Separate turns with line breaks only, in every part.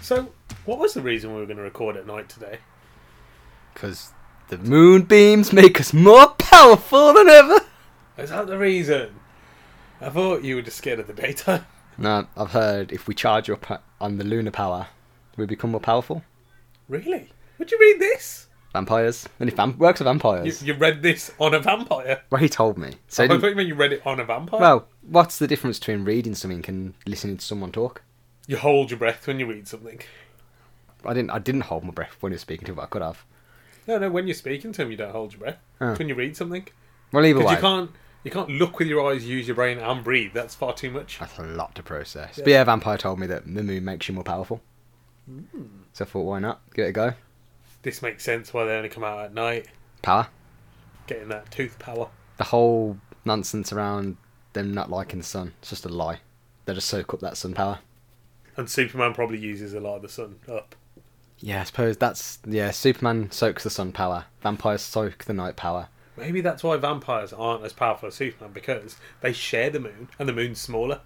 So, what was the reason we were going to record at night today?
Because the moonbeams make us more powerful than ever.
Is that the reason? I thought you were just scared of the daytime.
No, I've heard if we charge up on the lunar power, we become more powerful.
Really? Would you read this?
Vampires. And if vamp- works with
You,
vampires.
you read this on a vampire.
Well, he told me. So
I
I
thought
didn't-
you meant you read it on a vampire.
well, what's the difference between reading something and listening to someone talk?
you hold your breath when you read something.
I didn't. I didn't hold my breath when he was speaking to him. but I could have.
No, no. When you're speaking to him, you don't hold your breath.
Oh.
It's When you read something,
Well, either
because
way,
you can't you can't look with your eyes, use your brain, and breathe. That's far too much.
that's a lot to process. But yeah, vampire told me that the moon makes you more powerful.
Hmm.
So I thought, why not give it a go?
This makes sense why they only come out at night,
Power.
getting that tooth power.
the whole nonsense around them not liking the sun it's just a lie they just soak up that sun power
And Superman probably uses a lot of the sun up.
yeah i suppose that's yeah superman soaks the sun power vampires soak the night power
Maybe that's why vampires aren't as powerful as Superman because they share the moon, and the moon's smaller.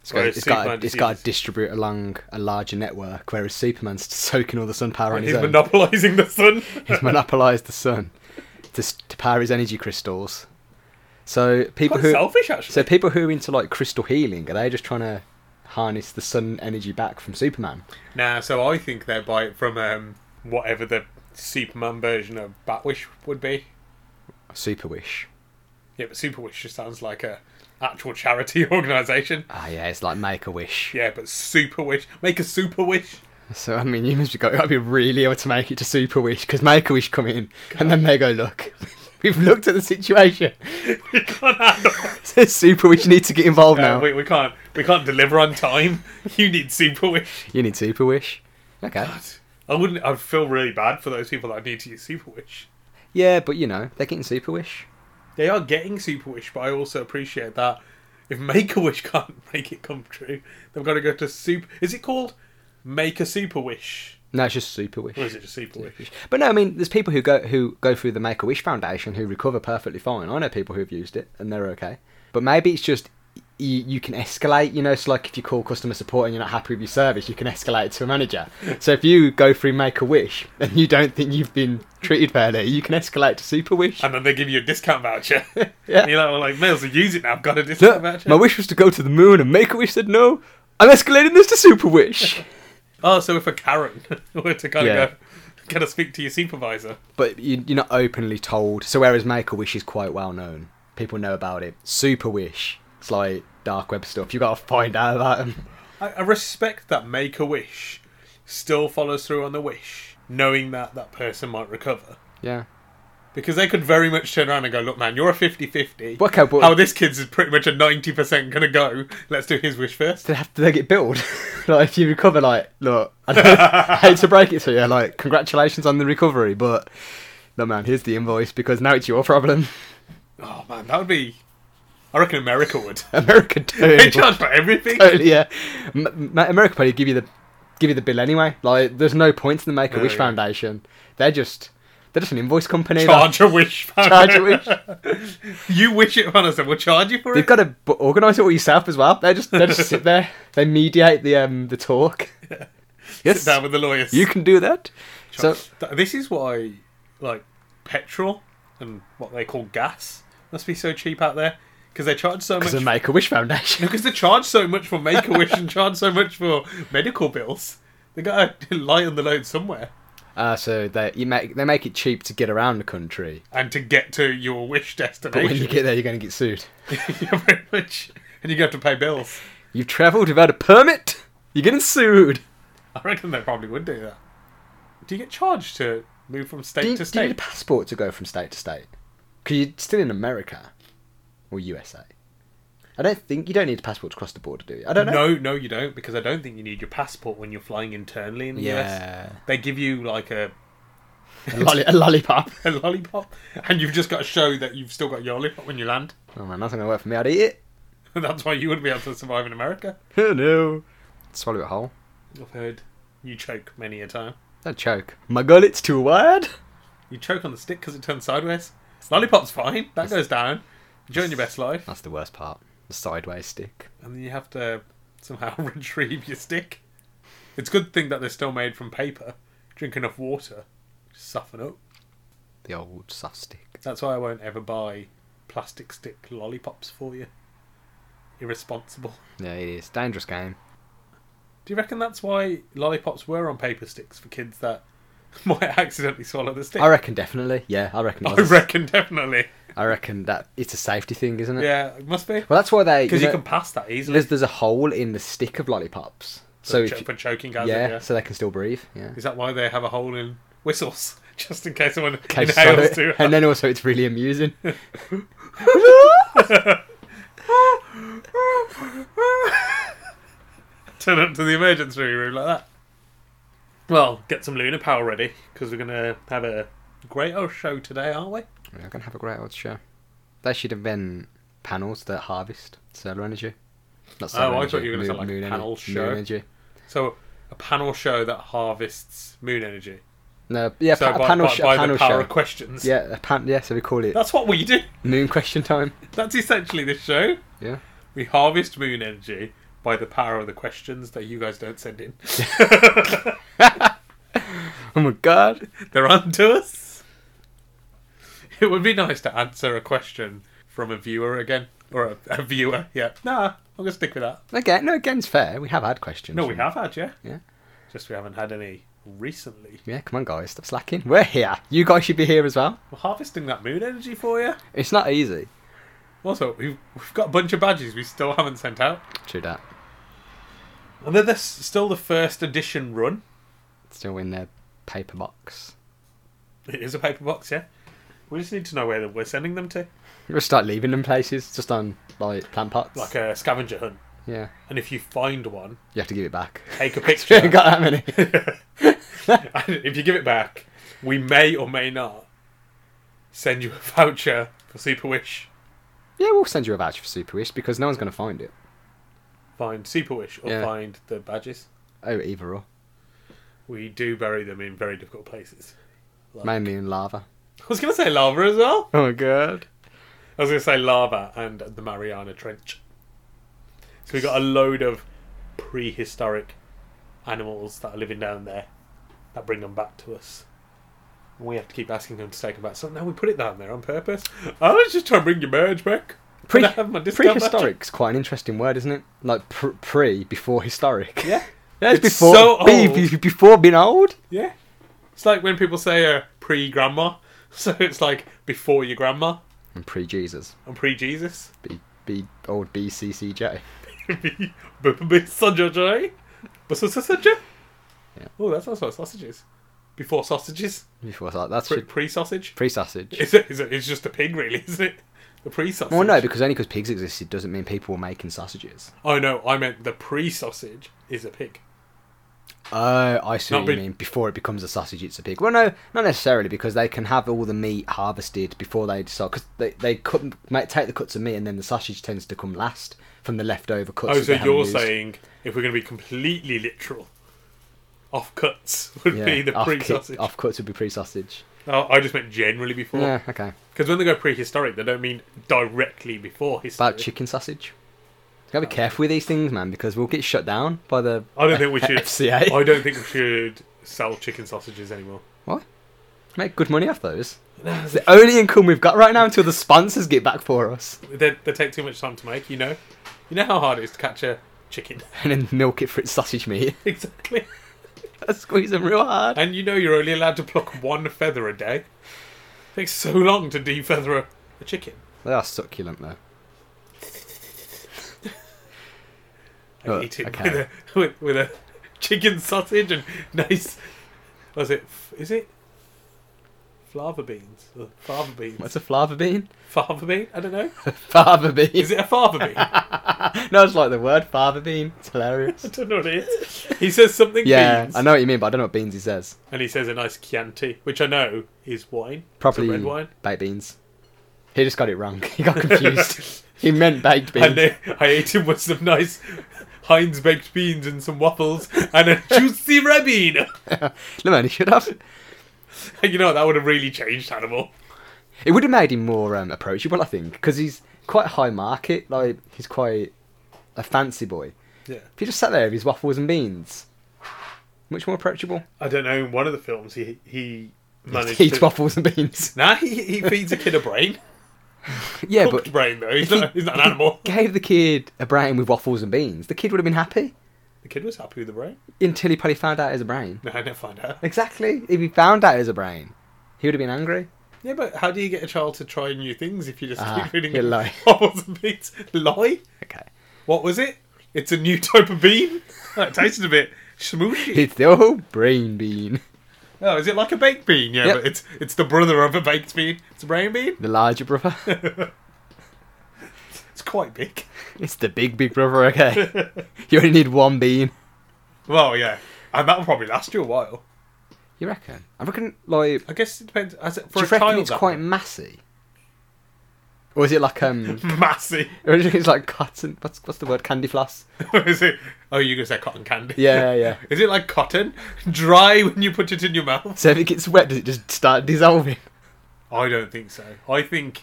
it's got,
Whereas
it's got,
Superman
to, it's
just
got
uses-
to distribute along a larger network whereas superman's soaking all the sun power on
He's
his own
monopolising the sun.
he's monopolized the sun to, s- to power his energy crystals so people
Quite
who
selfish, actually.
so people who are into like crystal healing are they just trying to harness the sun energy back from superman
Nah, so I think they buy it from um, whatever the Superman version of Batwish would be.
super wish
Yeah, but Superwish just sounds like a actual charity organisation.
ah yeah it's like make a wish
Yeah, but Superwish, make a Superwish.
So I mean, you must be got to be really able to make it to Super Wish because Make a Wish come in and then they go, look, we've looked at the situation.
We can't handle.
So Super Wish need to get involved
No,
now.
we, we can't. We can't deliver on time. You need Superwish.
You need Super Wish. Okay.
I wouldn't. I'd feel really bad for those people that need to use Superwish.
Yeah, but you know they're getting Super Wish.
They are getting Superwish, but I also appreciate that if Make a Wish can't make it come true, they've got to go to Super. Is it called Make a Superwish?
No, it's just Super Wish.
Or is it just Superwish?
But no, I mean, there's people who go who go through the Make a Wish Foundation who recover perfectly fine. I know people who've used it and they're okay. But maybe it's just you, you can escalate. You know, it's like if you call customer support and you're not happy with your service, you can escalate it to a manager. so if you go through Make a Wish and you don't think you've been treated fairly, you can escalate to Super Wish.
And then they give you a discount voucher.
Yeah.
And you're like, well, like, may as well use it now. I've got a discount
Look,
voucher.
my wish was to go to the moon, and Make a Wish said no. I'm escalating this to Super Wish.
Oh, so if a Karen were to kind
Yeah.
of go, can I speak to your supervisor?
but you, you're not openly told. So whereas Make a Wish is quite well known, people know about it. Super Wish, it's like dark web stuff. You got to find out about them.
I, I respect that make a wish still follows through on the wish, knowing that that person might recover.
Yeah.
Because they could very much turn around and go, look, man, you're a 50 50.
What kind of-
How Oh, this kid's is pretty much a 90% going to go. Let's do his wish first.
Do they have do they get billed? like if you recover, like look, I, don't- I hate to break it to you, like congratulations on the recovery, but no man, here's the invoice because now it's your problem.
Oh, man, that would be. I reckon America would.
America
They
do.
charge for everything.
totally, yeah. M- M- America probably give you the give you the bill anyway. Like there's no point in the Make a Wish
yeah.
Foundation. They're just they're just an invoice company. like-
Charge a wish.
charge a wish.
You wish it upon us and we'll charge you for
They've
it.
got to b- organise it all yourself as well. They just they just sit there. They mediate the um the talk.
Sit
Yes,
down with the lawyers.
you can do that. So
Th- this is why, like, petrol and what they call gas must be so cheap out there because they charge so much.
because the Make a Wish Foundation.
Because they charge so much for Make a Wish and charge so much for medical bills. They got to lighten the load somewhere.
Uh, so they you make they make it cheap to get around the country,
And to get to your wish
but when you
destination,
get there, you're going to get sued.
yeah, very much, and you have to pay bills.
You've travelled without a permit. You're getting sued.
I reckon they probably would do that. Do you get charged to move from state
Do you,
to
do you need a
state?
passport to go from state to state? Because you're still in America or USA. I don't think you don't need a passport to cross the border, do you? I don't know.
No, no, you don't, because I don't think you need your passport when you're flying internally in the US.
yeah,
They give you like a,
a, lolli- a lollipop.
a lollipop, and you've just got to show that you've still got your lollipop when you land.
Oh man, that's not gonna work for me. I'd eat it.
That's why you wouldn't be able to survive in America.
no, swallow it whole.
I've heard you choke many a time.
Don't choke. My gullet's too wide.
You choke on the stick because it turns sideways. Lollipop's fine. That goes down. Enjoying your best life.
That's the worst part. The sideways stick.
And then you have to somehow retrieve your stick. It's a good thing that they're still made from paper. Drink enough water. Just soften up.
The old soft stick.
That's why I won't ever buy plastic stick lollipops for you. Irresponsible.
Yeah, it is dangerous game.
Do you reckon that's why lollipops were on paper sticks for kids that might accidentally swallow the stick?
I reckon definitely. Yeah, I reckon. it
I
was.
reckon definitely.
I reckon that it's a safety thing, isn't it?
Yeah, it must be.
Well, that's why they.
Because you,
know,
can pass that easily.
there's, there's a hole in the stick of lollipops, so
for,
if
cho-
you-
for choking guys.
yeah,
Yeah.
so they can still breathe. Yeah.
Is that why they have a hole in whistles? Just in case someone
Case
inhales
swallow
too
it. and then also it's really amusing.
Turn up to the emergency room like that. Well, get some lunar power ready because we're gonna have a great old show today, aren't we?
We're gonna have a great old show. They should have been panels that harvest solar energy. Not solar
Oh, I
energy,
thought you were gonna say, like,
ener-
panel
moon
show.
energy.
So a panel show that harvests moon energy.
No, yeah,
so
pa- a panel,
by,
sh- a
by
panel
the power
show.
of questions.
yeah, a pan- yeah. So we call it
That's what we do.
moon question time.
That's essentially this show.
Yeah.
We harvest moon energy by the power of the questions that you guys don't send in.
Oh my god.
They're on to us. It would be nice to answer a question from a viewer again. Or a, a viewer, yeah. Nah, I'm going to stick with that.
Again, no, again's fair. We have had questions.
No, we
from-
have had, yeah.
Yeah.
Just we haven't had any recently.
Yeah, come on, guys, stop slacking. We're here. You guys should be here as well.
We're harvesting that moon energy for you.
It's not easy.
Also, we've, we've got a bunch of badges we still haven't sent out.
True that.
And they're this, still the first edition run.
Still in their paper box.
It is a paper box, yeah. We just need to know where we're sending them to.
We'll start leaving them places, just on like plant pots.
Like a scavenger hunt.
yeah,
And if you find one,
you have to give it back.
take a
We
picture.
ain't got that many.
if you give it back, we may or may not send you a voucher for Super Wish.
yeah, we'll send you a voucher for Super Wish because no one's going to find it.
Find Super Wish or
Yeah.
find the badges.
Oh, either or.
We do bury them in very difficult places.
Mainly in lava.
I was going to say lava as well.
Oh my god.
I was going to say lava and the Mariana Trench. So we got a load of prehistoric animals that are living down there that bring them back to us. And we have to keep asking them to take them back. So now we put it down there on purpose. I was just trying to bring your merge back.
Pre-
Can I have my discount voucher?
prehistoric's quite an interesting word, isn't it? Like pr- pre before historic.
Yeah.
Yeah, it's
It's
before
so
be-
old.
be- before being old.
Yeah. It's like when people say uh, pre grandma. So it's like before your grandma
And pre Jesus.
and pre Jesus.
Be be old BCCJ.
Sausage. sausage.
Yeah.
Oh, that sounds like sausages. Before sausages.
Before that, that's
Pre- pre-sausage.
pre sausage.
It's, it's, it's just a pig, really, isn't it? The pre-sausage.
Well, no, because only because pigs existed doesn't mean people were making sausages.
Oh no, I meant the pre-sausage is a pig.
Oh, I see
Not
what you
be-
mean. Before it becomes a sausage, it's a pig. Well, no, not necessarily, because they can have all the meat harvested before they decide. Because they, they cut, might take the cuts of meat, and then the sausage tends to come last from the leftover cuts.
Oh,
that
so
they haven't
you're
used.
saying if we're going to be completely literal, off cuts would
Yeah,
be the
off-cut-
pre-sausage.
Off cuts would be pre sausage.
Oh, I just meant generally before.
Yeah, okay.
Because when they go prehistoric, they don't mean directly before history.
About chicken sausage. Gotta be careful with these things, man, because we'll get shut down by the.
I don't think we should.
FCA.
I don't think we should sell chicken sausages anymore.
What? Make good money off those. It's the only income we've got right now until the sponsors get back for us,
They, they take too much time to make. You know, you know how hard it is to catch a chicken.
and then milk it for its sausage meat.
exactly.
Squeeze them real hard.
And you know you're only allowed to pluck one feather a day. takes so long to defeather a, a chicken.
They are succulent though.
I
Oh,
eat it
okay.
with a with, with a chicken sausage and nice. Was it? f- Is it? Flava beans. Uh, Fava beans.
What's a flava bean?
Fava bean? I don't know.
Fava bean.
Is it a fava bean? I
no, it's like the word fava bean. It's hilarious.
don't know what it is. He says something
yeah,
beans.
I know what you mean, but I don't know what beans he says.
And he says a nice Chianti, which I know is wine.
Probably
It's a red wine.
baked beans. He just got it wrong. He got confused. he meant baked beans.
And then I ate him with some nice Heinz baked beans and some waffles and a juicy rabine.
no man, he should have.
you know, that would have really changed Hannibal.
It would have made him more um, approachable, I think, because he's quite high market. Like he's quite a fancy boy.
Yeah.
If he just sat there with his waffles and beans, much more approachable.
I don't know, in one of the films he he managed
He eats
to...
waffles and beans.
Nah, he, he feeds a kid a brain.
yeah,
Cooked
but
brain though. He's
if he-
not, he's not an animal.
gave the kid a brain with waffles and beans. The kid would have been happy
The kid was happy with the brain.
until he probably found out it was a brain.
No, I never find out.
Exactly. If he found out it was a brain, he would have been angry.
Yeah, but how do you get a child to try new things if you just
Ah,
keep feeding
you
them
lie.
waffles and beans? Lie?
Okay.
What was it? It's a new type of bean. That tasted a bit smooshy.
It's the old brain bean,
Oh, is it like a baked bean? Yeah,
Yep.
but it's it's the brother of a baked bean. It's a brain bean.
the larger brother.
It's quite big.
it's the big, big brother, okay? you only need one bean.
Well, yeah, and that'll probably last you a while.
You reckon? I reckon, like,
I guess it depends. As it,
do
for
you
a
reckon
child,
it's
that
quite massy? Or is it like, um,
massive.
or do you reckon it's like cotton, what's, what's the word, candy floss?
is it? Oh, you're gonna say cotton candy?
Yeah, yeah.
Is it like cotton, dry when you put it in your mouth?
So if it gets wet, does it just start dissolving?
I don't think so. I think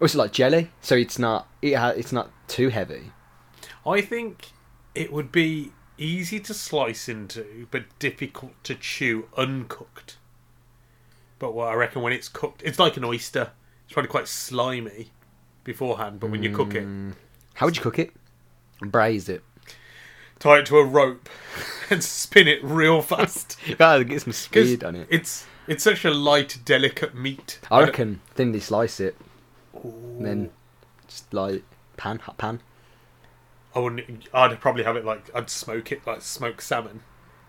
Or is it like jelly? So it's not, it ha- it's not too heavy.
I think it would be easy to slice into, but difficult to chew uncooked. But what I reckon when it's cooked, it's like an oyster. It's probably quite slimy beforehand, but when you cook it,
Mm. How would you cook it? Braise it.
tie it to a rope and spin it real fast.
You gotta Ah, get some
'Cause
speed on it.
It's it's such a light, delicate meat.
I
don't-
reckon thinly slice it, and then just like pan, hot pan.
I wouldn't. I'd probably have it like I'd smoke it like smoked salmon,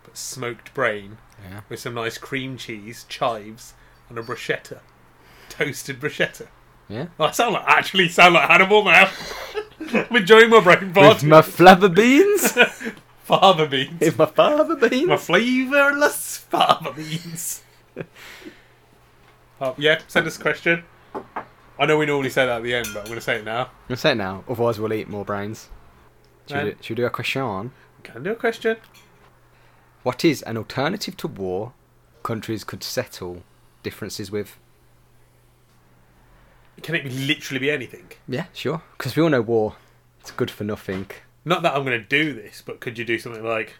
but smoked brain
Yeah.
with some nice cream cheese, chives, and a bruschetta, toasted bruschetta.
Yeah.
I sound like actually sound like Hannibal now. I'm enjoying my brain fart.
With my flava beans.
Father beans.
With my fava beans.
My flavourless father beans. oh, yeah, send us a question. I know we normally say that at the end, but I'm going to say it now.
I'm saying now, otherwise we'll eat more brains. Should, we,
Right.
do- should we do a question?
Can I do a question?
What is an alternative to war countries could settle differences with?
Can it be literally be anything?
Yeah, sure. Because we all know war, it's good for nothing.
Not that I'm going to do this, but could you do something like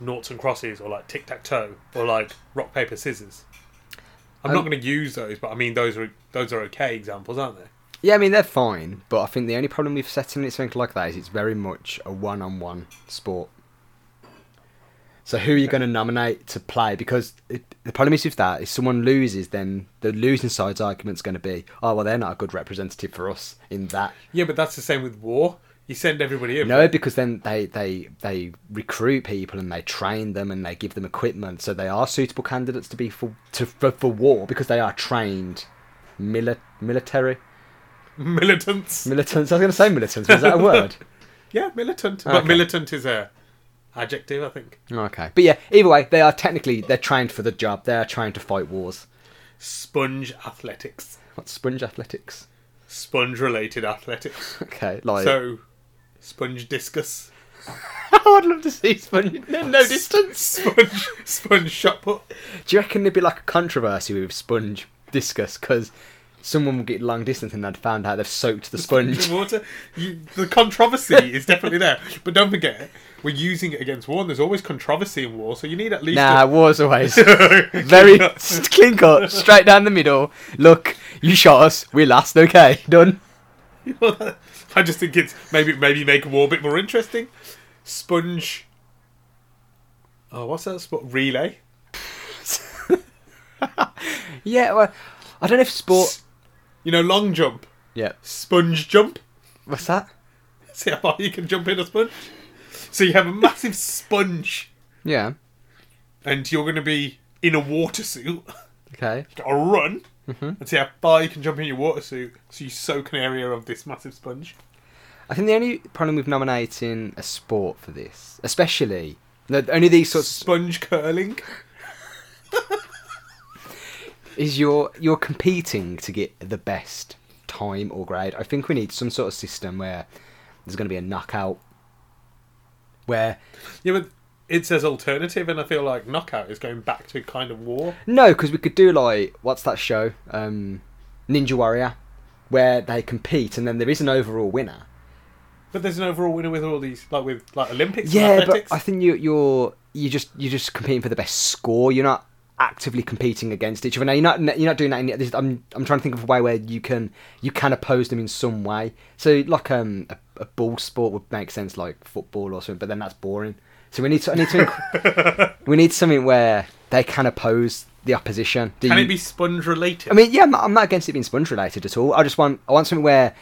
noughts and crosses, or like tic tac toe, or like rock paper scissors? I'm not
Um,
going to use those, but I mean those are those are okay examples, aren't they?
Yeah, I mean they're fine, but I think the only problem with settling it something like that is it's very much a one-on-one sport. So who are you going to nominate to play? Because it, the problem is with that, if someone loses, then the losing side's argument's going to be, oh well, they're not a good representative for us in that.
Yeah, but that's the same with war. You send everybody in.
No, because then they they they recruit people and they train them and they give them equipment, so they are suitable candidates to be for to for, for war because they are trained, mili- military
Militants.
militants. I was going to say militants. but Is that a word?
Yeah, militant.
Ah, Okay.
But militant is a adjective, I think.
Okay, but yeah, either way, they are technically they're trained for the job. They are trying to fight wars.
Sponge athletics.
What sponge athletics?
Sponge related athletics.
Okay, like
So, sponge discus.
I'd love to see sponge. No, no distance.
Sponge, sponge shot put.
Do you reckon there'd be like a controversy with sponge discus because someone would get long distance and they'd found out they've soaked the sponge?
In water. You, the controversy is definitely there. But don't forget, we're using it against war, and there's always controversy in war, so you need at least.
nah, war's always
a-
very s- clean cut, straight down the middle. Look, you shot us. We last. Okay, done.
I just think it's maybe maybe make war a bit more interesting. Sponge. Oh, what's that? Spot relay.
Yeah, well, I don't know if sport.
You know, long jump,
Yeah,
sponge jump.
what's that?
See how far you can jump in a sponge. So you have a massive sponge,
Yeah.
and you're going to be in a water suit.
Okay.
You've got to run
Mm-hmm.
and see how far you can jump in your water suit so you soak an area of this massive sponge.
I think the only problem with nominating a sport for this, especially no, only these sorts,
Sponge curling.
is you're you're competing to get the best time or grade. I think we need some sort of system where there's going to be a knockout, where
Yeah, but it says alternative, and I feel like knockout is going back to kind of war.
No, because we could do like what's that show, um, Ninja Warrior, where they compete and then there is an overall winner.
But there's an overall winner with all these, like with like Olympics. and
Yeah, but
athletics.
I think you, you're you just you're just competing for the best score. You're not actively competing against each other. Now you're not you're not doing that. In, this, I'm I'm trying to think of a way where you can you can oppose them in some way. So like um a, a ball sport would make sense, like football or something. But then that's boring. So we need to I need to inc- we need something where they can oppose the opposition. Do
Can
you-
it be sponge related?
I mean, yeah, I'm not, I'm not against it being sponge related at all. I just want I want something where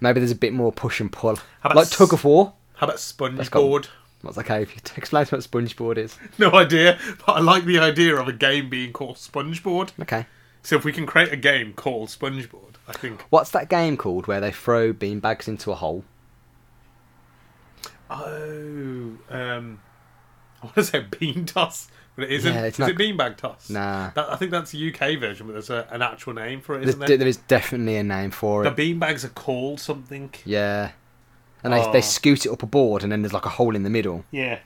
maybe there's a bit more push and pull,
about
like
s-
tug of war.
how about sponge
got-
board?
That's okay. If you t- explain what spongeboard is,
No idea, but I like the idea of a game being called Spongeboard.
okay.
So if we can create a game called Spongeboard, I think.
What's that game called where they throw beanbags into a hole?
Oh, um, I want to say bean toss, but it isn't.
Yeah, it's
Is
not-
it beanbag toss?
Nah.
That, I think that's the UK version, but there's a, an actual name for it,
There's,
isn't
d-
there?
there is definitely a name for
The
it.
beanbags are called something.
Yeah, and they
Oh.
they scoot it up a board, and then there's like a hole in the middle.
Yeah.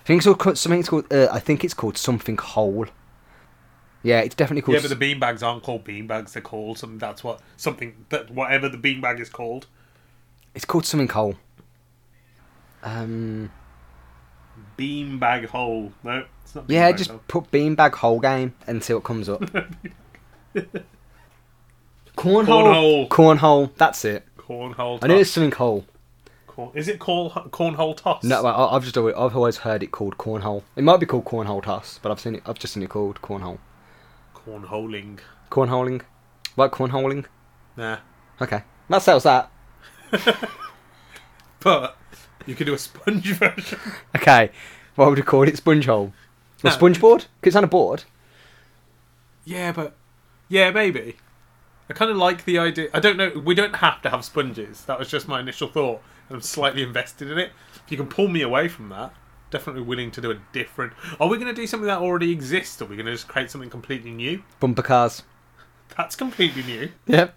I think it's all called, something's called. Uh, I think it's called something hole. Yeah, it's definitely called.
Yeah, but the beanbags aren't called beanbags. They're called something. That's what something that whatever the beanbag is called.
it's called something hole. Um.
Beanbag hole. No, it's not.
Yeah,
beanbag
just
hole.
put beanbag hole game and see what comes up. cornhole.
Cornhole. Oh.
Cornhole. That's it.
cornhole. Toss.
I knew it's something hole.
Corn- is it called cornhole toss?
No, well, I- I've just always, I've always heard it called cornhole. It might be called cornhole toss, but I've seen it. I've just seen it called cornhole.
cornholing.
Cornholing. Like cornholing.
Nah,
Okay, that sells that.
but you could do a sponge version.
Okay, what would we call it? Sponge hole.
No.
Or sponge board? 'Cause it's on a board.
Yeah, but yeah, maybe. I kind of like the idea. I don't know. We don't have to have sponges. That was just my initial thought, and I'm slightly invested in it. If you can pull me away from that, definitely willing to do a different. Are we going to do something that already exists? Or are we going to just create something completely new?
Bumper cars.
That's completely new.
Yep.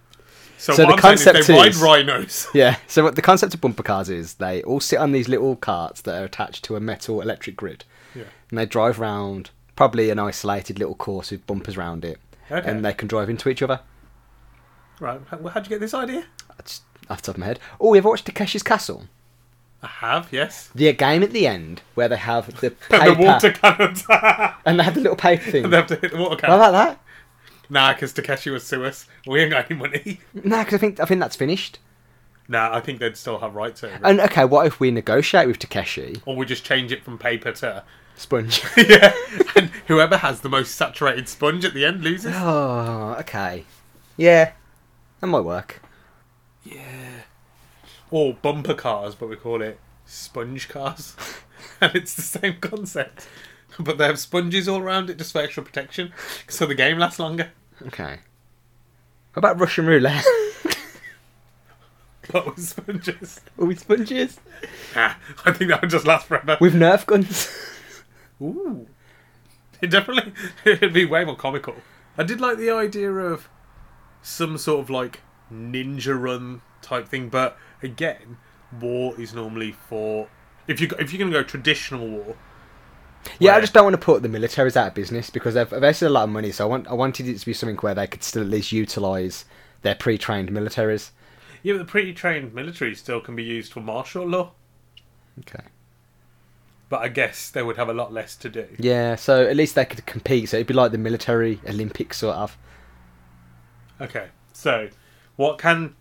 So,
So
what
the
I'm saying is they
concept
ride
is-
rhinos.
Yeah. So what the concept of bumper cars is they all sit on these little carts that are attached to a metal electric grid,
Yeah.
and they drive round probably an isolated little course with bumpers round it,
Okay.
and they can drive into each other.
Right. how- How'd you get this idea?
That's off the top of my head. Oh, you've watched Takeshi's Castle?
I have. Yes.
The game at the end where they have the paper
And the water cannons.
and they have the little paper thing.
they have to hit the water
How
cannon.
about that?
Nah, because Takeshi was sue us. We ain't got any money.
No, because I think I think that's finished.
Nah, I think they'd still have rights over it.
And okay, what if we negotiate with Takeshi
Or we just change it from paper to.
Sponge?
yeah. And whoever has the most saturated sponge at the end loses.
oh, okay. Yeah, that might work.
Or bumper cars, but we call it sponge cars. and it's the same concept. But they have sponges all around it just for extra protection. So the game lasts longer.
Okay. What about Russian roulette?
But with sponges.
Are we sponges?
Ah, I think that would just last forever.
With Nerf guns?
Ooh. It definitely it'd be way more comical. I did like the idea of some sort of like ninja run type thing, but again, war is normally for if you if you're gonna go traditional war.
yeah, I
Where-
just don't want to put the militaries out of business because they've invested a lot of money. So I want I wanted it to be something where they could still at least utilize their pre-trained militaries.
yeah, but the pre-trained military still can be used for martial law,
Okay.
but I guess they would have a lot less to do.
Yeah, so at least they could compete. So it'd be like the military Olympics sort of.
Okay, so what can?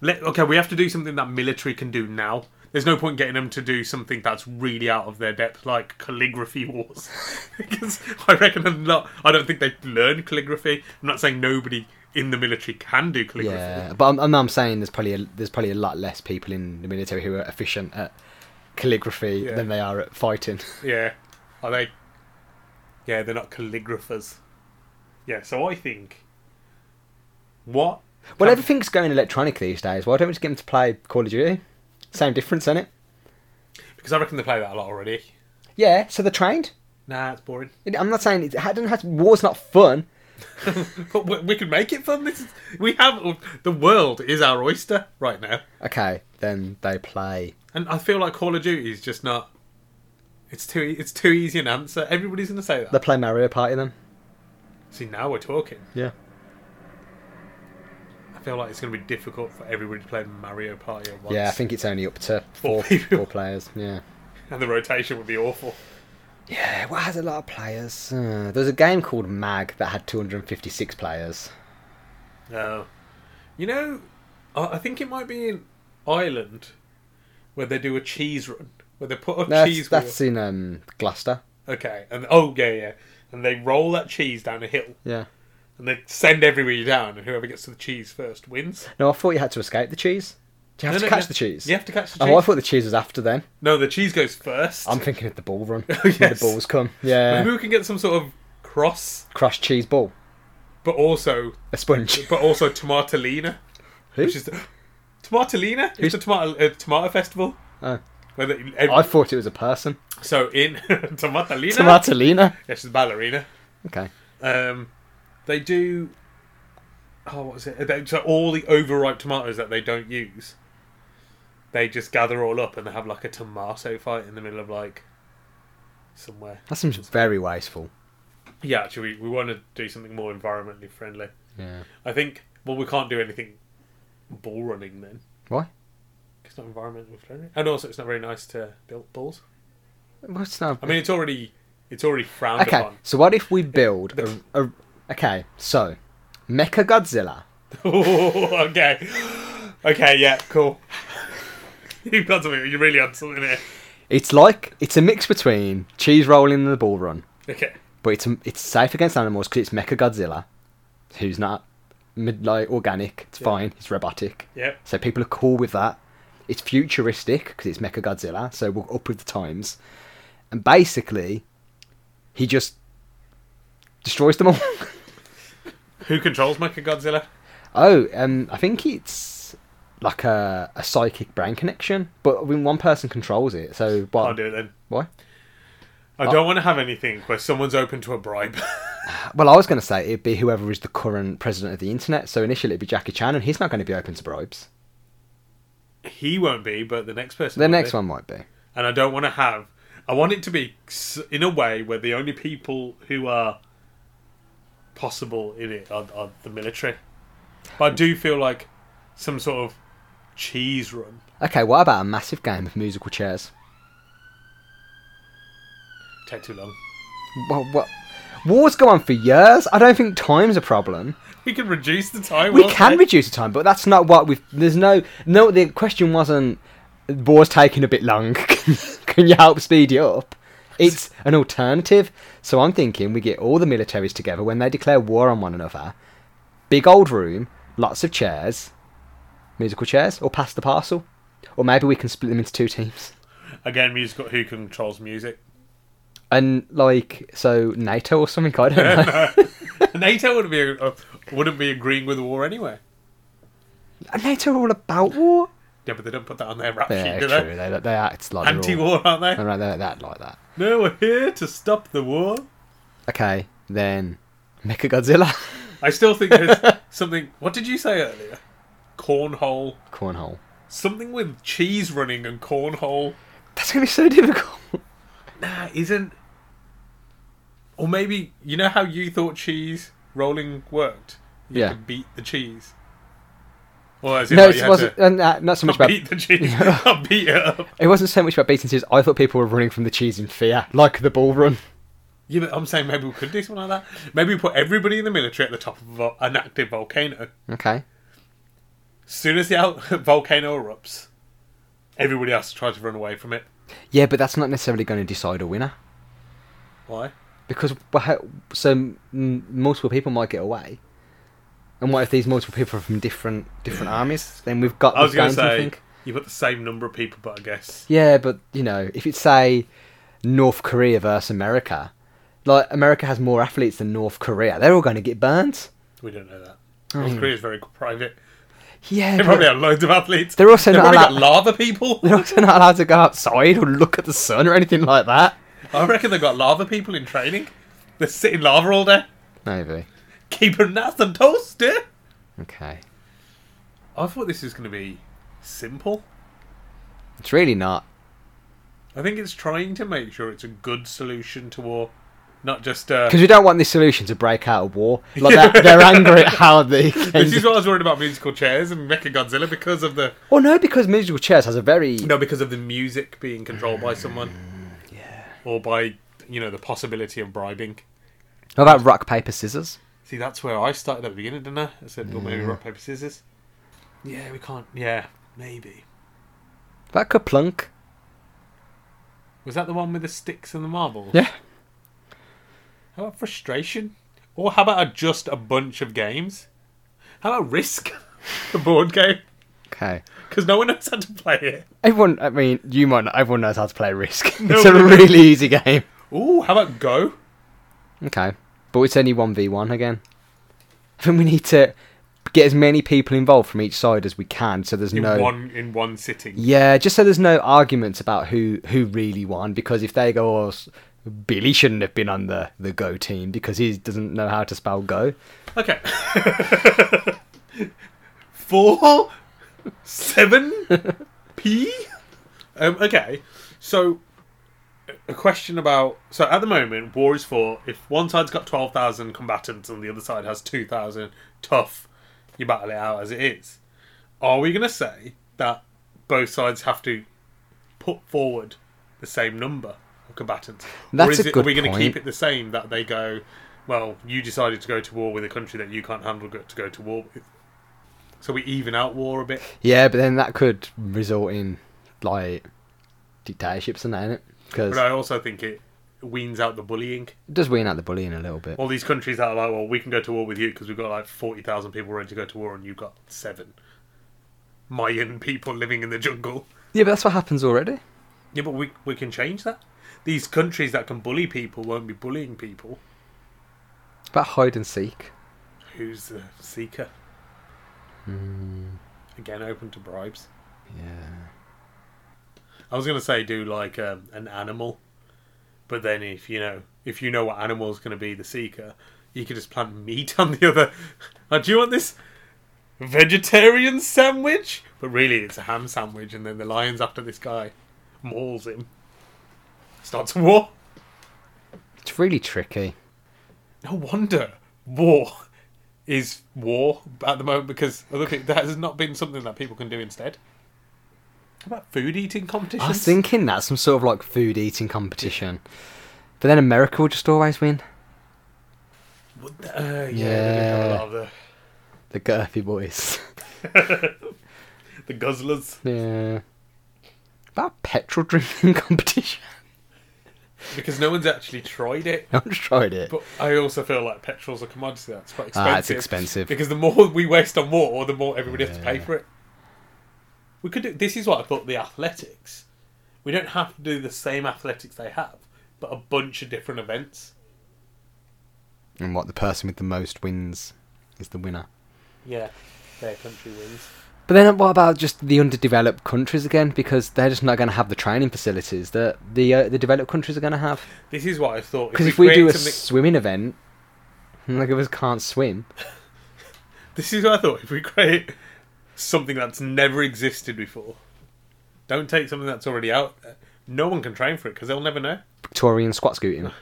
Let, okay, we have to do something that military can do now. There's no point getting them to do something that's really out of their depth, like calligraphy wars, because I reckon I'm not. I don't think they learn calligraphy. I'm not saying nobody in the military can do calligraphy.
Yeah, but I'm, I'm, I'm saying there's probably a, there's probably a lot less people in the military who are efficient at calligraphy
Yeah.
than they are at fighting.
Yeah. Are they? Yeah, they're not calligraphers. Yeah, so I think what
Well,
Um,
everything's going electronic these days. Why don't we just get them to play Call of Duty? Same difference, is it?
because I reckon they play that a lot already.
Yeah, so they're trained.
Nah, it's boring.
It- I'm not saying it it doesn't have to, war's not fun.
but we, we can make it fun. This is, we have the world is our oyster right now,
Okay, then they play.
and I feel like Call of Duty is just not. It's too e- it's too easy an answer. Everybody's gonna say that.
They play Mario Party then.
See, now we're talking.
Yeah.
I feel like it's gonna be difficult for everybody to play Mario Party at once.
Yeah, I think it's only up to
Four
four
people.
four players. Yeah.
and the rotation would be awful.
Yeah, what has a lot of players? Uh, there's a game called Mag that had 256 players.
No, Uh, you know, I, I think it might be in Ireland where they do a cheese run where they put a
No, that's,
Oh, cheese.
that's in um, Gloucester.
wheel. Okay, and oh yeah, yeah, and they roll that cheese down a hill.
Yeah.
and they send everybody down, and whoever gets to the cheese first wins.
No, I thought you had to escape the cheese. Do you have
No,
to
no,
catch
you-
the cheese?
You have to catch the cheese.
Oh, I thought the cheese was after then.
No, the cheese goes 1st
I'm thinking of the ball run.
Oh,
when
yes.
the balls come. Yeah.
Maybe we can get some sort of cross,
Crushed cheese ball.
but also,
A sponge.
but also tomatolina,
Who?
which is the, tomatolina. It's
Who's-
the tomato uh, tomato festival.
Oh.
Where they,
I thought it was a person.
so in tomatolina,
Tomatolina.
yeah, she's a ballerina.
Okay.
Um, they do. Oh, what was it? They, so all the overripe tomatoes that they don't use, they just gather all up and they have like a tomato fight in the middle of like somewhere.
That seems very wasteful.
Yeah, actually, we, we want to do something more environmentally friendly.
Yeah.
I think. Well, we can't do anything bull running then.
Why?
It's not environmentally friendly, and also it's not very nice to build bulls.
What's not?
I mean, it's already it's already frowned
okay.
upon.
So what if we build a, a okay? So, Mecha Godzilla.
okay. Okay, yeah, cool. You've got something, you're really on something here.
It's like it's a mix between cheese rolling and the ball run,
Okay.
but it's it's safe against animals because it's Mecha Godzilla, who's not mid like organic. It's fine. It's robotic.
Yep.
So people are cool with that. It's futuristic because it's Mecha Godzilla, so we're up with the times. And basically, he just destroys them all.
Who controls Mecha Godzilla?
oh, um, I think it's like a, a psychic brain connection, but I mean, one person controls it. So what?
I'll do it then.
Why? Uh,
I don't want to have anything where someone's open to a bribe.
Well, I was going to say it'd be whoever is the current president of the internet. So initially it'd be Jackie Chan, and he's not going to be open to bribes.
he won't be, but the next person.
The
will
next
be.
one might be.
And I don't want to have. I want it to be s- in a way where the only people who are possible in it are, are the military. But I do feel like some sort of cheese run.
Okay, what about a massive game of musical chairs?
Take too long.
Well, what? Wars go on for years. I don't think time's a problem.
We can reduce the time.
We
won't
can reduce the time, but that's not what we've. There's no. No, the question wasn't. War's taking a bit long. can you help speed it up? It's an alternative. So I'm thinking we get all the militaries together when they declare war on one another. Big old room, lots of chairs, musical chairs, or pass the parcel. Or maybe we can split them into two teams.
Again, musical. Who controls music?
And like, so NATO or something, I don't know.
NATO wouldn't be uh, wouldn't be agreeing with the war anyway.
NATO are all about war?
Yeah, but they don't put that on their rap
Yeah,
sheet, do they?
true. They, they, they act like they're all-
Anti-war, aren't they?
they're like- they're that like that.
No, we're here to stop the war.
Okay, then Mecha Godzilla,
I still think there's something. What did you say earlier? Cornhole.
cornhole.
Something with cheese running and cornhole.
That's gonna be so difficult.
Nah, isn't. Or maybe you know how you thought cheese rolling worked. You
Yeah.
could beat the cheese. Or as in,
no,
like, you
it
had
wasn't.
to
and, uh, not so much about.
beat the cheese. beat it up.
It wasn't so much about beating cheese. I thought people were running from the cheese in fear, like the ball run.
Yeah, but I'm saying maybe we could do something like that. Maybe we put everybody in the military at the top of a vol- an active volcano.
Okay.
As soon as the out- volcano erupts, everybody else tries to run away from it.
Yeah, but that's not necessarily going to decide a winner
Why?
because well, how- so m- multiple people might get away. And what if these multiple people are from different different armies? Then we've got.
I was
we've
going to
gained
say
something.
you put the same number of people, but I guess
Yeah, but you know, if it's say North Korea versus America, Like America has more athletes than North Korea. They're all going to get burnt.
We don't know that.
Oh.
North Korea's very private.
Yeah,
They
but
probably have loads of athletes.
They're also
They've
not
probably got lava people.
they're also not allowed to go outside or look at the sun or anything like that.
I reckon they've got lava people in training. They sit in lava all day,
Maybe.
keeping nuts and toast. eh?
Okay.
I thought this was going to be simple.
It's really not.
I think it's trying to make sure it's a good solution to war, not just. Uh,
Because we don't want this solution to break out a war. Like they're, they're angry at how the.
this is what I was worried about musical chairs and Mechagodzilla because of the
Well, Oh, no, because musical chairs has a very
no because of the music being controlled by someone, yeah, or by you know the possibility of bribing.
How about rock paper scissors?
See, that's where I started at the beginning, didn't I? I said, well, maybe rock paper scissors. Yeah, we can't. Yeah, maybe.
How about kaplunk?
Was that the one with the sticks and the marbles?
Yeah.
How about frustration? Or how about a, just a bunch of games? How about Risk, the board game?
Okay.
Because no one knows how to play it.
Everyone, I mean, you might. Not, everyone knows how to play Risk.
No,
it's a
no, no.
really easy game.
Ooh, how about Go?
Okay, but it's only one v one again. I think we need to get as many people involved from each side as we can, so there's
In
no.
one in one sitting.
Yeah, just so there's no arguments about who who really won, because if they go, oh, s- Billy shouldn't have been on the the Go team because he doesn't know how to spell Go.
Okay. Four, seven, P. Um, okay, so a question about so at the moment war is fought if one side's got twelve thousand combatants and the other side has two thousand tough, you battle it out as it is. Are we going to say that both sides have to put forward the same number of combatants?
That's
or is
a
it,
good
Are we going to
point.
keep it the same that they go? Well, you decided to go to war with a country that you can't handle go- to go to war with. So we even out war a bit.
Yeah, but then that could result in like dictatorships and that, innit? Because
But uh, I also think it weans out the bullying.
it does wean out the bullying a little bit.
all these countries that are like, well, we can go to war with you because we've got like 40,000 people ready to go to war and you've got seven Mayan people living in the jungle.
Yeah, but that's what happens already.
Yeah, but we, we can change that. These countries that can bully people won't be bullying people.
It's about hide and seek.
Who's the seeker? Again, open to bribes.
Yeah.
I was going to say do like um, an animal, but then if you know if you know what animal's going to be the seeker, you could just plant meat on the other. Like, do you want this vegetarian sandwich? But really, it's a ham sandwich, and then the lion's after this guy, mauls him, starts a war.
It's really tricky.
No wonder war is war at the moment because other people, that has not been something that people can do instead. How about food eating competitions?
I was thinking that some sort of like food eating competition, but then America will just always win.
Would th- uh, yeah, they do have a
Yeah.
lot of the-
The girthy boys.
The guzzlers.
yeah. About petrol drinking competition.
Because no one's actually tried it.
No one's tried it.
But I also feel like petrol's a commodity that's quite expensive.
Ah, it's expensive.
Because the more we waste on war, the more everybody has to pay
Yeah.
for it. We could do this is what I thought the athletics. We don't have to do the same athletics they have, but a bunch of different events.
And what the person with the most wins is the winner.
Yeah. Their country wins.
But then what about just the underdeveloped countries again? Because they're just not going to have the training facilities that the uh, the developed countries are going to have.
This is what I thought.
Because if we, do a
create something-
swimming event, like of us can't swim.
This is what I thought. If we create something that's never existed before, don't take something that's already out there. No one can train for it because they'll never know.
Victorian squat scooting.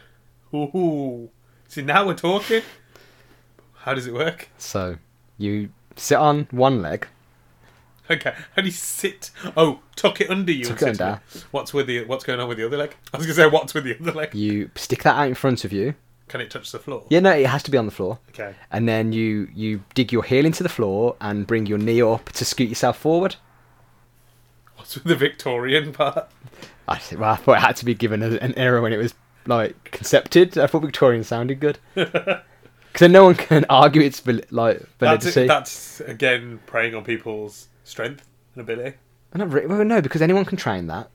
Ooh. See, now we're talking. How does it work?
So you sit on one leg.
Okay. How do you sit? Oh, tuck it under you.
Tuck
and
it
sit
under.
with it. What's with the What's going on with the other leg? I was gonna say what's with the other leg.
You stick that out in front of you.
Can it touch the floor?
Yeah, no, it has to be on the floor.
Okay.
And then you you dig your heel into the floor and bring your knee up to scoot yourself forward.
What's with the Victorian part?
I, th- well, I thought it had to be given a, an era when it was like concepted. I thought Victorian sounded good because then no one can argue its val- like
That's
validity.
that's again preying on people's strength and ability.
Not re- well, no, because anyone can train that.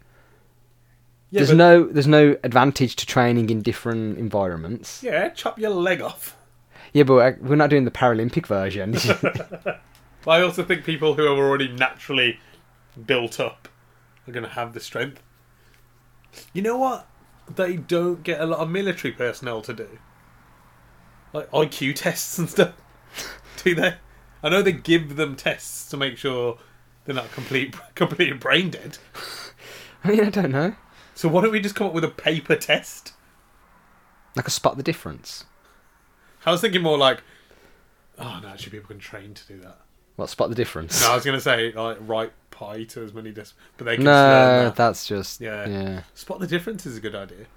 Yeah,
there's
but-
no there's no advantage to training in different environments.
Yeah, chop your leg off.
Yeah, but uh, we're- we're not doing the Paralympic version.
But I also think people who are already naturally built up are going to have the strength. You know what? They don't get a lot of military personnel to do, like IQ tests and stuff. Do they? I know they give them tests to make sure they're not complete completely brain dead.
I mean, I don't know.
So why don't we just come up with a paper test?
Like a spot the difference.
I was thinking more like, oh no, actually people can train to do that.
What spot the difference?
No, I was going to say like write pi to as many decimals, but they can learn
No,
that.
that's just
Yeah.
yeah.
Spot the difference is a good idea.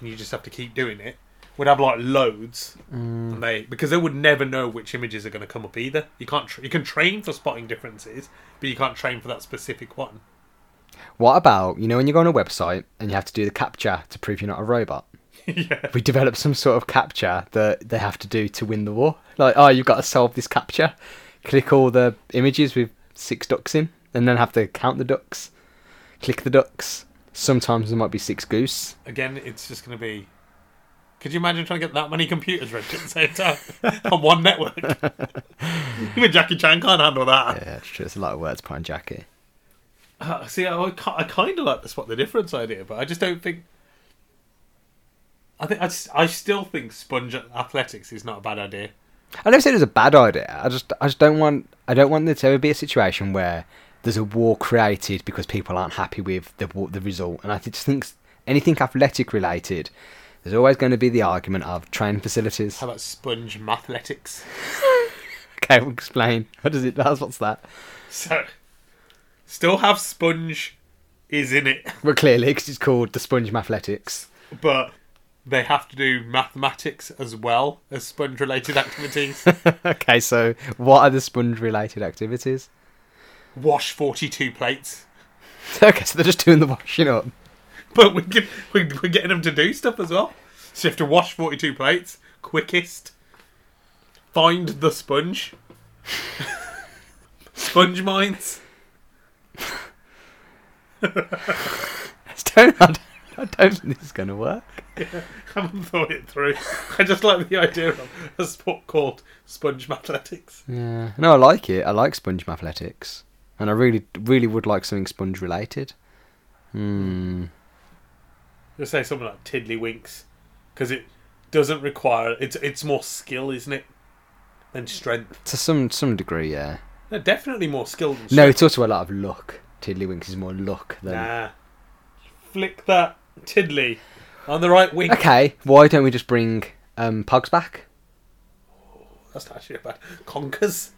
And you just have to keep doing it. We'd have like loads, and they because they would never know which images are going to come up either. You can't tr you can train for spotting differences, but you can't train for that specific one.
What about you know when you go on a website and you have to do the captcha to prove you're not a robot?
yeah,
We developed some sort of captcha that they have to do to win the war. Like, oh, you've got to solve this captcha. Click all the images with six ducks in, and then have to count the ducks. Click the ducks. Sometimes there might be six goose.
again, it's just going to be. Could you imagine trying to get that many computers read at the same time on one network? Even Jackie Chan can't handle that.
Yeah, it's true. It's a lot of words, Pine Jacket.
Uh, see, I, I ki- I kind of like the spot the difference idea, but I just don't think. I think I, s- I still think sponge athletics is not a bad idea.
I never said it was a bad idea. I just, I just don't want, I don't want there to ever be a situation where there's a war created because people aren't happy with the wa- the result. And I just think s- anything athletic related, there's always going to be the argument of training facilities.
How about sponge mathletics?
Okay, we'll explain. What does it? That's what's that?
So, still have sponge is in it,
Well, clearly, 'cause it's called the Sponge Mathletics.
but they have to do mathematics as well as sponge related activities.
okay, so what are the sponge-related activities?
Wash 42 plates.
Okay, so they're just doing the washing up.
But we can, we, we're getting them to do stuff as well. So you have to wash 42 plates, quickest. Find the sponge. sponge mines.
I don't, I don't think this is going to work.
haven't thought it through. I just like the idea of a sport called sponge athletics.
Yeah. No, I like it. I like Sponge Mathletics. And I really, really would like something sponge related. Hmm.
Just say something like tiddlywinks. Because it doesn't require. It's, it's more skill, isn't it? Than strength.
To some some degree, yeah.
No, definitely more skill than
No,
strength.
it's also a lot of luck. Tiddlywinks is more luck than.
Nah. Flick that tiddly on the right wing.
Okay, why don't we just bring um, Pugs back?
That's not actually bad. Conkers.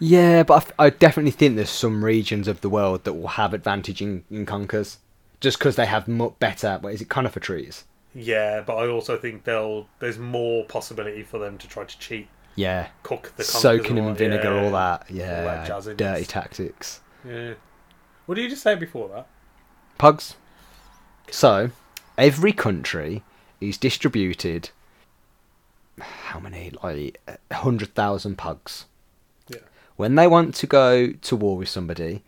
Yeah, but I f- I, definitely think there's some regions of the world that will have advantage in, in conkers, just because they have mu better. What is it? Conifer trees.
Yeah, but I also think they'll there's more possibility for them to try to cheat,
Yeah,
cook the conkers
soaking them
all-
in vinegar,
yeah.
all that. Yeah,
jazziness.
dirty tactics.
Yeah. What did you just say before that?
Pugs. So, every country is distributed. How many? Like hundred thousand pugs.
Yeah.
when they want to go to war with somebody,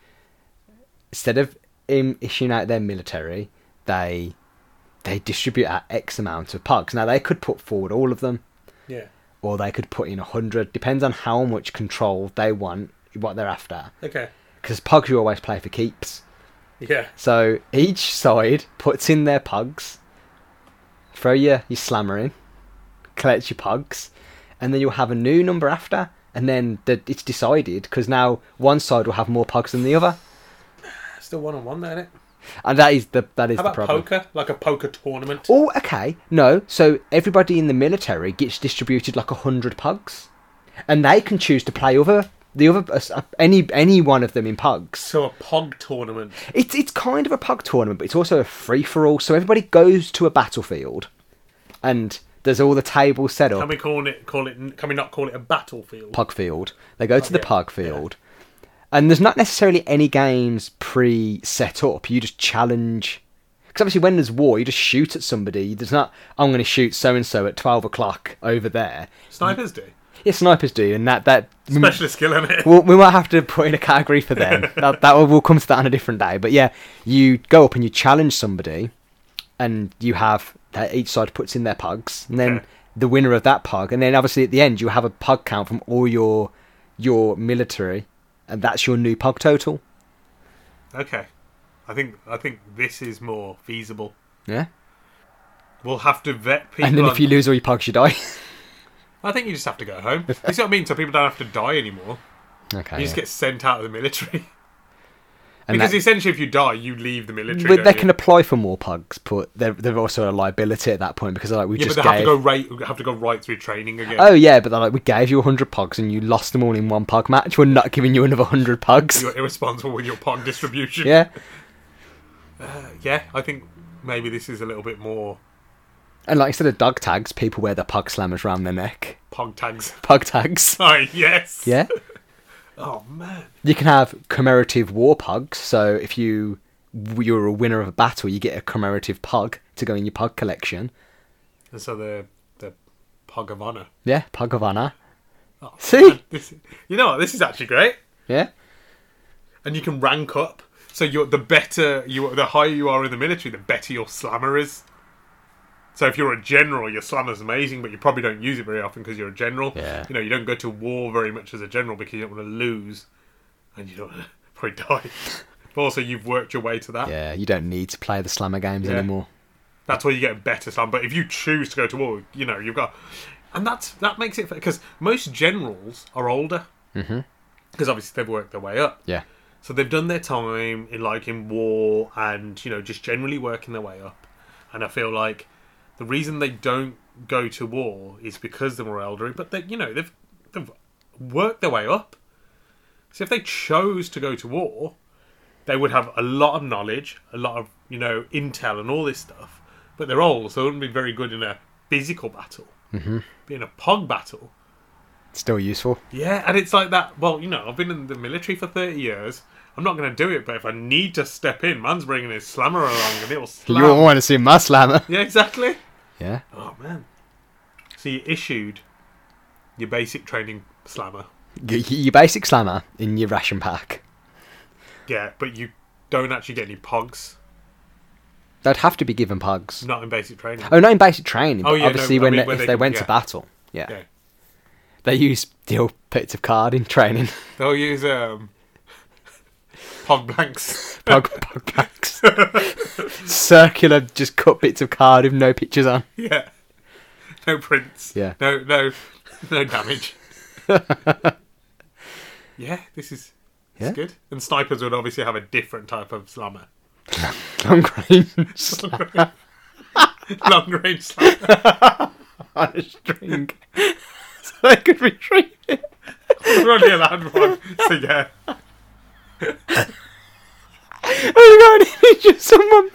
instead of um, issuing out their military, they they distribute out X amount of pugs. Now they could put forward all of them,
Yeah.
or they could put in a hundred. Depends on how much control they want, what they're after.
Okay.
Because pugs you always play for keeps.
Yeah.
So each side puts in their pugs, throw your, your slammer in, collect your pugs, and then you'll have a new number after, and then the, it's decided because now one side will have more pugs than the other,
Still one on one there, innit?
and that is the that is
How
the
about
problem.
poker? Like a poker tournament?
Oh, okay. No, so everybody in the military gets distributed like a hundred pugs, and they can choose to play other the other uh, any any one of them in pugs.
So a pog tournament.
It's it's kind of a pug tournament, but it's also a free for all. So everybody goes to a battlefield, and there's all the tables set
Can
up.
we call it call it can we not call it a battlefield?
Pug field. They go to the
yeah,
pug field, and there's not necessarily any games pre set up. You just challenge. Because obviously, when there's war, you just shoot at somebody. There's not. I'm going to shoot so and so at twelve o'clock over there.
Snipers do.
Yeah, snipers do, and that that we-
Specialist skill, is it?
We'll, we might have to put in a category for them. that that will, we'll come to that on a different day. But yeah, you go up and you challenge somebody, and you have that each side puts in their pugs, and then
Okay.
the winner of that pug, and then obviously at the end you have a pug count from all your your military, and that's your new pug total.
Okay. I think I think this is more feasible.
Yeah.
We'll have to vet people.
And then
on-
if you lose all your pugs, you die.
I think you just have to go home. you see what I mean? So people don't have to die anymore.
okay.
You just
yeah.
get sent out of the military.
And
because
that-
essentially, if you die, you leave the military.
but
don't
they
you?
can apply for more pugs, but they're they're also a liability at that point because like we
Yeah, but
just
they
gave.
have to go right. Have to go right through training again.
Oh yeah, but they're like, we gave you 100 pugs and you lost them all in one pug match. We're not giving you another 100 pugs.
You're irresponsible with your pog distribution.
Yeah,
Yeah, I think maybe this is a little bit more
and like instead of dog tags, people wear the pug slammers round their neck.
pog tags.
Pug tags.
Oh yes.
Yeah,
Oh man.
you can have commemorative war pugs. So if you you're a winner of a battle, you get a commemorative pug to go in your pug collection.
And so the the pog of honor.
Yeah, pug of honor.
Oh,
See?
man, this, you know what? This is actually great.
Yeah,
and you can rank up. So you're the better you, the higher you are in the military, the better your slammer is. So if you're a general, your slammer's amazing, but you probably don't use it very often because you're a general.
Yeah.
You know, you don't go to war very much as a general because you don't want to lose, and you don't wanna probably die. But also, you've worked your way to that.
yeah. You don't need to play the slammer games
Yeah.
anymore.
That's where you get a better slam. But if you choose to go to war, you know you've got, and that's that makes it because most generals are older.
Mm-hmm.
Because obviously they've worked their way up.
Yeah,
So they've done their time in like in war and you know just generally working their way up. And I feel like the reason they don't go to war is because they're more elderly, but they you know they've they've worked their way up. So if they chose to go to war, they would have a lot of knowledge, a lot of you know intel and all this stuff. But they're old, so they wouldn't be very good in a physical battle. Mm-hmm. But in a pog battle,
still useful.
yeah, and it's like that. Well, you know, I've been in the military for 30 years. I'm not going to do it, but if I need to step in, man's bringing his slammer along and it'll slam.
You won't want to see my slammer.
Yeah, exactly.
Yeah,
Oh, man. So you issued your basic training slammer.
Y- y- your basic slammer in your ration pack.
Yeah, but you don't actually get any pogs.
They'd have to be given pugs.
Not in basic training.
Oh, not in basic training.
Oh,
but
yeah, no, I
obviously, when
mean,
they,
when
if
they
they,
can-
went
yeah.
to battle, yeah,
Yeah.
they use steel bits of card in training.
They'll use um, pog blanks.
Pug, pug packs, circular, just cut bits of card with no pictures on.
Yeah. No prints.
Yeah.
No no no damage. yeah, this is it's
Yeah.
good. And snipers would obviously have a different type of slammer.
Long range
Long range slammer.
on a string, so they could retrieve it.
We're only allowed one. So yeah.
Oh my god! It's just someone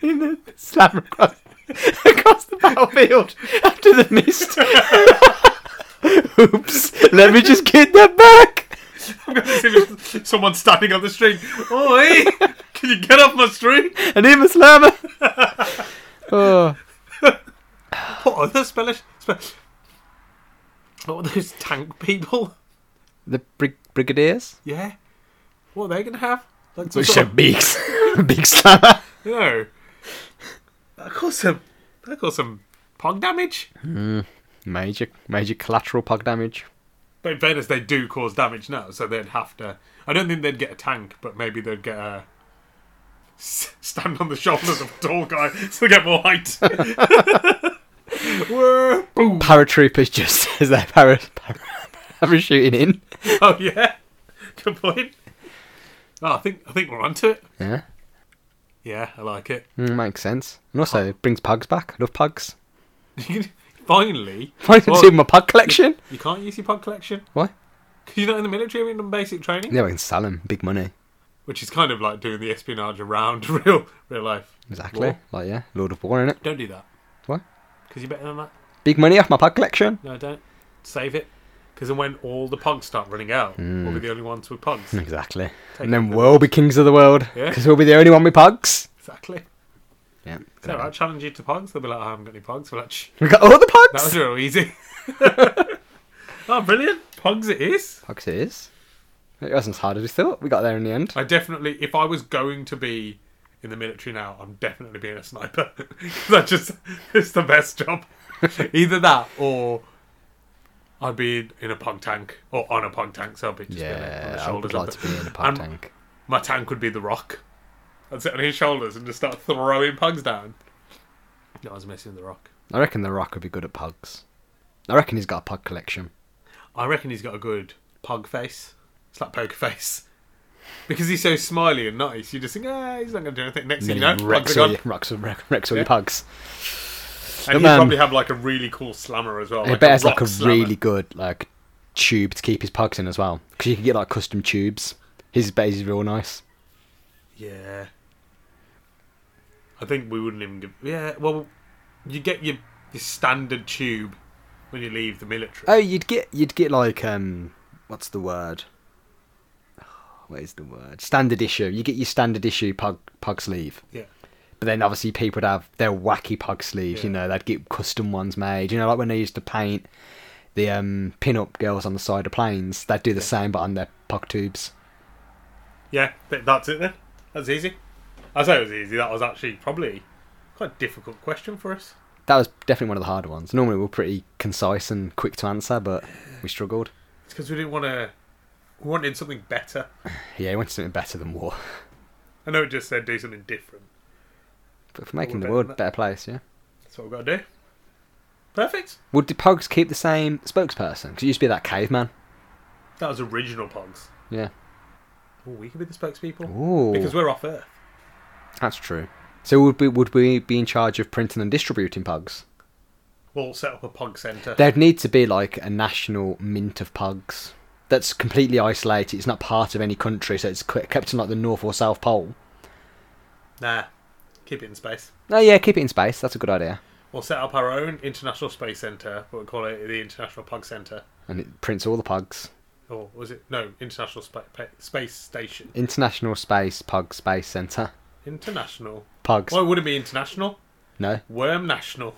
in the slam across, across the battlefield after the mist. Oops! Let me just get that back.
I'm gonna see if someone standing on the string. Oi! Can you get off my string?
And him a slammer. oh.
What other spellish spell What are those tank people?
The brig- brigadiers?
Yeah. What are they gonna have? Like some
Which
sort
are
of-
big, big slammer.
No. That caused some. That caused some pog damage.
Major, major collateral pug damage.
But in fairness, they do cause damage now, so they'd have to. I don't think they'd get a tank, but maybe they'd get a. s- Stand on the shoulders of a tall guy so they get more height. Whoa, boom.
Paratroopers just as they're para- para- parachuting in.
oh yeah, good point. Oh, I think I think we're onto it.
Yeah,
Yeah, I like it.
mm, makes sense. And also it brings pugs back. I love pugs.
Finally,
Why don't
Well,
do my pug collection?
you can't use your pug collection
Why?
because you're not in the military. You're in basic training.
Yeah, we can sell them. Big money.
which is kind of like doing the espionage around real real life.
Exactly.
War.
Like yeah, Lord of War in it.
Don't do that
Why?
because you're better than that.
Big money off my pug collection.
No, don't save it because then when all the pogs start running out,
Hmm.
we'll be the only ones with pogs.
Exactly. and then we'll be kings of the world
Yeah.
because we'll be the only one with pugs.
Exactly.
Yeah.
So I challenge you "Oh, to pogs. They'll be like, I haven't got any pogs. We're like, "Shh,
We got all the
that was
pugs.
real easy. Oh, brilliant. Pogs it is.
Pogs it is. It wasn't as hard as we thought. We got there in the end.
I definitely, if I was going to be in the military now, I'm definitely being a sniper. that just, it's the best job. Either that or I'd be in a punk tank or on a punk tank. So I'd be just be like on the
Yeah, I would
shoulders.
like
of
to be in a
and
pub tank.
My tank would be the rock. I'd sit on his shoulders and just start throwing pugs down. No, I was missing the rock.
I reckon The Rock would be good at pugs. I reckon he's got a pug collection.
I reckon he's got a good pug face. It's like poker face. Because he's so smiley and nice, you just think, ah, he's not going to do anything. Next thing you know, pugs
wrecks
are
all,
gone.
your, wrecks, all- wreck- wrecks all
Yeah.
your pugs.
And
The
he'd
man-
probably have like a really cool slammer as well.
And I
Like
bet
a
it's like
rock
a
slammer.
really good like tube to keep his pugs in as well. Because you can get like custom tubes. His base is real nice.
Yeah. I think we wouldn't even give. Yeah, well, you get your, your standard tube when you leave the military.
Oh, you'd get you'd get like um, what's the word? What is the word? Standard issue. You get your standard issue pug pug sleeve.
Yeah.
But then obviously people would have their wacky pug sleeves. You
Yeah.
know, they'd get custom ones made. You know, like when they used to paint the um pin-up girls on the side of planes. They'd do the same, but on their pug tubes.
Yeah, th- that's it then. That's easy. I say it was easy. That was actually probably quite a difficult question for us.
That was definitely one of the harder ones. Normally we're pretty concise and quick to answer, but we struggled.
It's because we didn't want to. We wanted something better.
Yeah, we wanted something better than war.
I know it just said do something different.
But for making the
better
world
than
a better place, yeah.
That's what we've got to do. Perfect.
Would the pugs keep the same spokesperson? 'Cause it used to be that caveman.
That was original Pogs.
Yeah.
Oh, we could be the spokespeople.
Ooh,
Because we're off Earth.
that's true. So would we would we be in charge of printing and distributing pugs?
We'll set up a Pog Centre.
There'd need to be like a national mint of pugs that's completely isolated. It's not part of any country, so it's qu- kept in like the North or South Pole.
nah, keep it in space.
Oh yeah, keep it in space. That's a good idea.
We'll set up our own International Space Centre. We'll call it the International Pug Centre.
And it prints all the pugs.
Or was it? No, International Spa Pa- Space Station.
International Space Pug Space Center.
International.
Pugs.
Why would it be international?
No.
Worm National.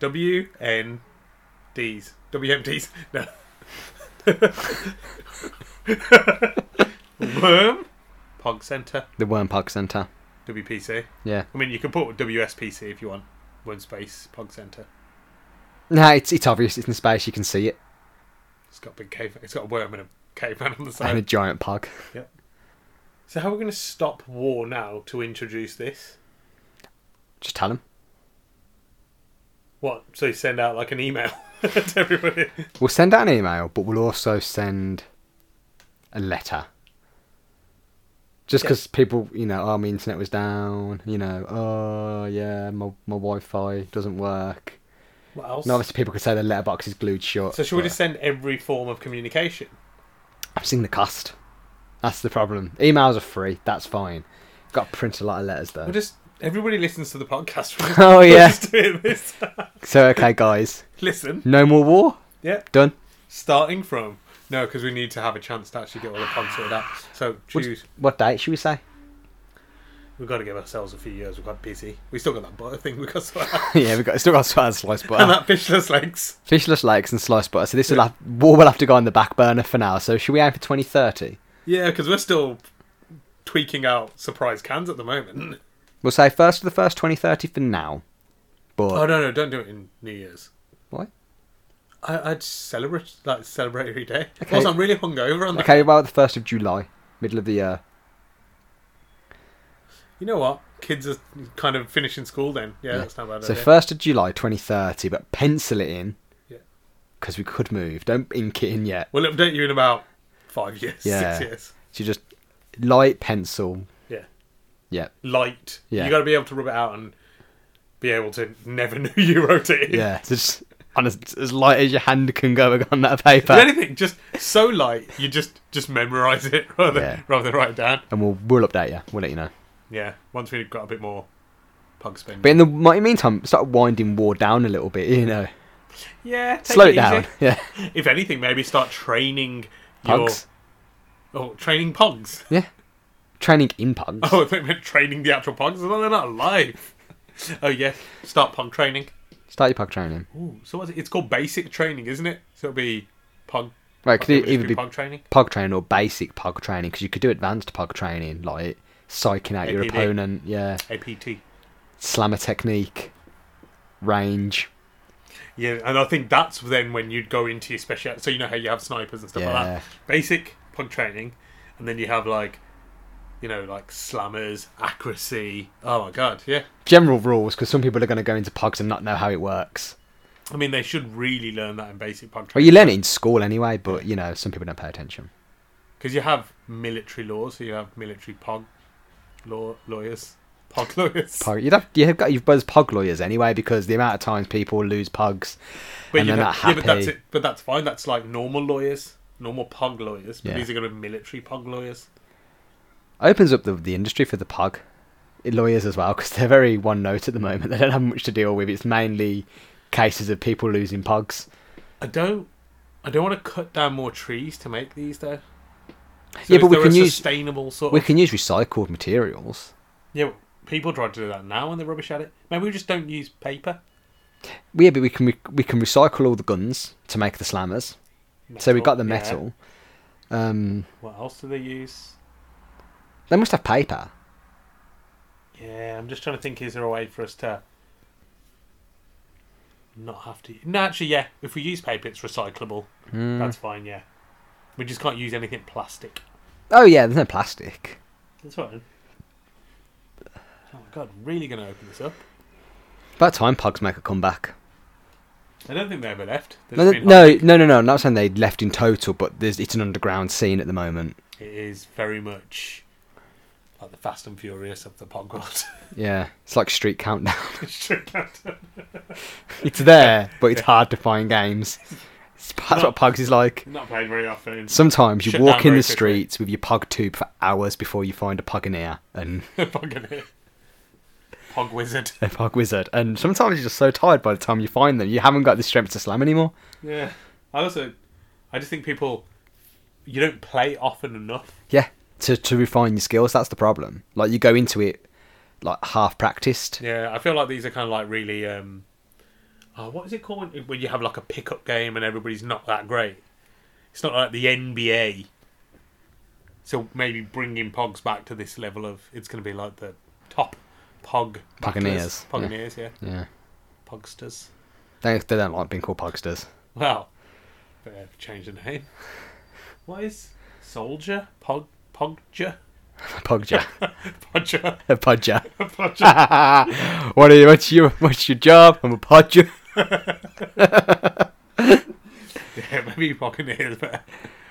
W N D's. WMDs. No. Worm Pog Centre.
The Worm Pug Center.
WPC.
Yeah.
I mean, you can put WSPC if you want. Worm Space Pog Centre.
Nah, it's it's obvious. It's in space. You can see it.
It's got a big cave. It's got a worm and a caveman on the
and a
side.
giant pug.
So how are we going to stop war now to introduce this?
Just tell him.
What? So you send out like an email to everybody.
We'll send out an email, but we'll also send a letter. Just
Yeah.
because people, you know, oh, my internet was down. You know, oh yeah, my my Wi-Fi doesn't work.
What else?
And obviously, people could say their letterbox is glued shut.
so should we
but
just send every form of communication?
I've seen the cost. That's the problem. Emails are free. That's fine. Got to print a lot of letters though.
We'll just everybody listens to the podcast.
Oh,
We're
yeah.
just doing this.
So okay, guys,
Listen.
no more war.
Yeah.
Done.
Starting from no, because we need to have a chance to actually get all the pods sorted out. So
What,
choose.
what date should we say?
We've got to give ourselves a few years. We're quite busy. We still got that butter thing. We got sorted out.
yeah, we got still got to slice butter.
and that fishless legs.
Fishless legs and sliced butter. So this will have, war will have to go on the back burner for now. So should we aim for 2030?
Yeah, because we're still tweaking out surprise cans at the
Mm.
moment.
We'll say first of the first 2030 for now.
Oh
But
no, no, don't do it in New Year's.
Why?
I, I'd celebrate like celebrate every day.
Okay.
Also, I'm really hungover on that.
okay, well the first of July, middle of the uh, year.
You know what? Kids are kind of finishing school then. Yeah, that's not a bad.
So
idea.
first of July 2030, but pencil it in
Yeah.
because we could move. Don't ink it in yet.
We'll update you in about five years,
Yeah.
six years.
So just light pencil.
Yeah,
Yeah,
light.
Yeah.
you got to be able to rub it out and be able to never know you wrote it. in.
yeah. So just on as, as light as your hand can go on that paper.
If anything, just so light you just just memorize it rather
Yeah.
rather than write it down.
and we'll we'll update you. We'll let you know.
Yeah, once we've got a bit more pug spin.
But in the mi- meantime, start winding war down a little bit. You know,
yeah, take
slow it
easy.
down. Yeah.
If anything, maybe start training
Pugs.
your oh training pogs.
Yeah. Training in pugs.
Oh, they meant training the actual pogs. Well, they're not alive. Oh yes, start pug training.
Start your pug training.
Ooh, so what's it? it's called basic training, isn't it? So it'll be Pog.
Right, could
it
it
would
either
just be
be
pog training?
pog training or basic pog training? Because you could do advanced pog training, like psyching out your
APD.
opponent, yeah,
APT.
slammer technique, range.
Yeah, and I think that's then when you'd go into your special. So you know how you have snipers and stuff like
Yeah.
that. Basic pug training, and then you have like, you know, like slammers, accuracy. Oh my god, yeah.
General rules, because some people are going to go into pogs and not know how it works.
I mean, they should really learn that in basic pug
Well,
training.
you learn it in school anyway, but you know some people don't pay attention.
because you have military laws, so you have military pog law lawyers, pog lawyers.
Pog, you'd have you've got you've both pog lawyers anyway, because the amount of times people lose pogs, and
you
they're
know-
not
Yeah, but that's
happy.
it. But that's fine. That's like normal lawyers, normal pog lawyers. But
Yeah.
these are going to be military pog lawyers.
opens up the the industry for the pug lawyers as well, because they're very one note at the moment. They don't have much to deal with. It's mainly cases of people losing pogs.
I don't. I don't want to cut down more trees to make these, though. So
Yeah, but
is
we
there a
can use-
sustainable sort.
We
Of,
can use recycled materials.
yeah, people try to do that now, and they're rubbish at it. Maybe we just don't use paper.
Yeah, but we can re- we can recycle all the guns to make the slammers. so we've got the
yeah.
metal. Um,
What else do they use?
they must have paper.
Yeah, I'm just trying to think. Is there a way for us to not have to? No, actually, yeah. If we use paper, it's recyclable.
Hmm.
That's fine. Yeah, we just can't use anything plastic.
Oh yeah, there's no plastic.
That's fine. Oh my god, really going to open this up?
About time pugs make a comeback.
I don't think they ever left. There's
No,
been-
no, no, no, no. I'm not saying they left in total, but there's it's an underground scene at the moment.
It is very much like the Fast and Furious of the pog world.
Yeah, it's like Street Countdown.
Straight out.
it's there, but it's hard to find games. It's- That's what pugs is like.
Not played very often.
Sometimes you
Shut down
walk in
very
the
quickly.
streets with your pug tube for hours before you find a pugoneer and
pog in it. Pog wizard.
a pug wizard, and sometimes you're just so tired by the time you find them, you haven't got the strength to slam anymore.
Yeah. I also, I just think people, you don't play often enough.
Yeah, to to refine your skills, that's the problem. Like you go into it like half practiced.
Yeah, I feel like these are kind of like really, um, oh, what is it called when, when you have like a pickup game and everybody's not that great? It's not like the NBA. So maybe bringing Pogs back to this level of it's going to be like the top Pog
Pogoneers, yeah.
Pogoneers, yeah.
Yeah,
Pogsters.
they they don't like being called pugsters.
Well, better change the name. What is soldier Pog Pogja
Pugger,
Podger
a pudger.
Podger? Ah.
what are you? What's your what's your job? I'm a pudger.
Yeah, maybe Pogoneers, but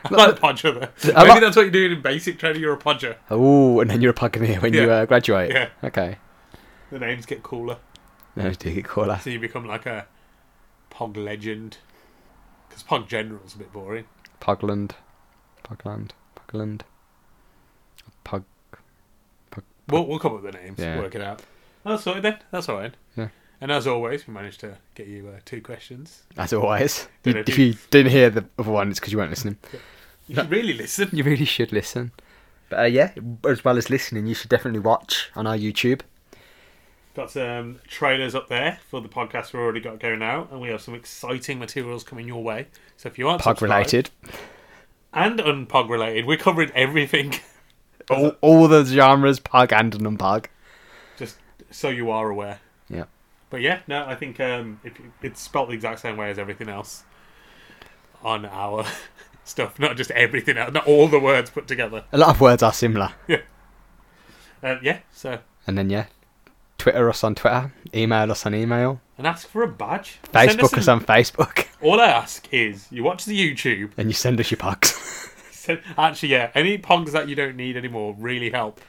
I
Look,
like Podger. though.
I'm
Maybe
not-
that's what you do in basic training. You're a Podger.
Oh, and then you're a pugoneer when you
Yeah.
uh, graduate.
Yeah.
Okay.
The names get cooler.
No, do get call us.
So you become like a Pog legend. Because Pog General's a bit boring.
Pugland. Pugland. Pugland. Pug.
We'll, we'll come up with the names,
Yeah.
work it out. That's all right then. That's all right.
Yeah.
And as always, we managed to get you uh, two questions.
As always.
Don't
You-
know,
if
do-
you didn't hear the other one, it's because you weren't listening.
You should really listen.
You really should listen. But uh, yeah, as well as listening, you should definitely watch on our YouTube.
Got some trailers up there for the podcast we've already got going out, and we have some exciting materials coming your way. So if you aren't
Pug
subscribed-
related.
and unpog related, we're covering everything. Oh.
All, all the genres, pug and non-pug.
Just so you are aware.
Yeah.
But yeah, no, I think um, if you- it's spelt the exact same way as everything else on our stuff, not just everything else, not all the words put together.
A lot of words are similar.
Um, yeah, so
And then yeah, Twitter us on Twitter, email us on email,
and ask for a badge. Send
Facebook us
an-
on Facebook,
All I ask is you watch the YouTube.
and you send us your pugs.
Send, actually, yeah, any pogs that you don't need anymore really help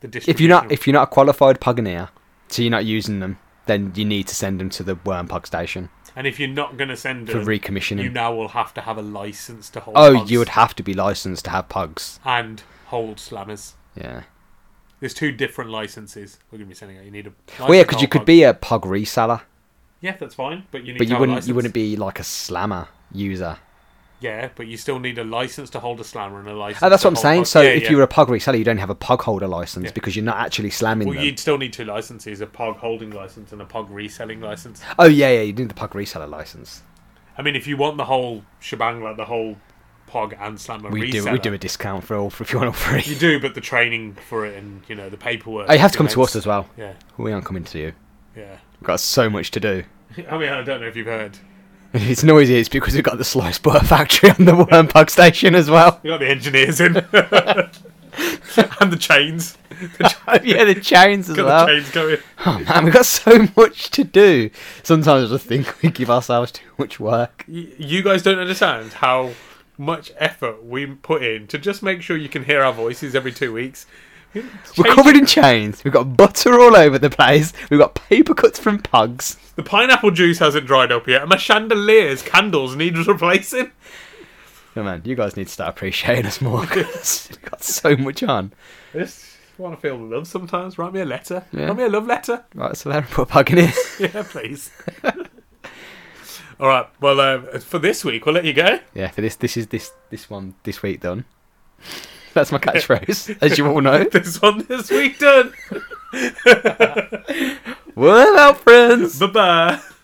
the distribution.
if you're not
of-
if you're not a qualified pugoneer, so you're not using them, then you need to send them to the worm pug station
and if you're not going to send
for
them,
recommissioning.
you now will have to have a license to hold.
oh,
pogs
you would have to be licensed to have pugs.
and hold slammers.
Yeah.
There's two different licenses. We're gonna be sending out. You need a.
Well, yeah, because you could be a pug reseller,
Yeah, that's fine, but you need. to
but you
have
wouldn't
A license.
you wouldn't be like a slammer user.
Yeah, but you still need a license to hold a slammer and a license.
Oh, that's
to
what I'm
hold
saying.
pug-
So
yeah,
if
yeah.
you're a pug reseller, you don't have a pug holder license
Yeah.
because you're not actually slamming
well,
them.
you'd still need two licenses: a pug holding license and a pug reselling license.
Oh yeah, yeah, you need the pug reseller license.
I mean, if you want the whole shebang, like the whole POG and Slammer
We do
reseller,
we do a discount for all for if you want all
you
three.
do, but the training for it and you know the paperwork.
Oh, you have to come to
it's-
us as well.
Yeah,
We aren't coming to you.
yeah.
We've got so much to do.
I mean, I don't know if you've heard.
If it's noisy, it's because we've got the slice butter factory on the worm pug station as well.
We got the engineers in and the chains. The ch-
yeah, the chains as
got
well.
the chains going.
Oh man, we've got so much to do. Sometimes I just think we give ourselves too much work.
Y- You guys don't understand how much effort we put in to just make sure you can hear our voices every two weeks.
We're covered in chains. We've got butter all over the place. We've got paper cuts from pugs.
The pineapple juice hasn't dried up yet, and my chandeliers, candles need replacing.
Oh man, you guys need to start appreciating us more 'cause we've got so much on.
I just want to feel love sometimes. Write me a letter.
Yeah.
Write me a love letter.
Right, so there, put a pug in it.
Yeah, please. All right. Well, uh, for this week, we'll let you go.
Yeah, for this, this is this this one this week done. That's my catchphrase, as you all know.
This one this week done.
What up, friends?
Bye bye.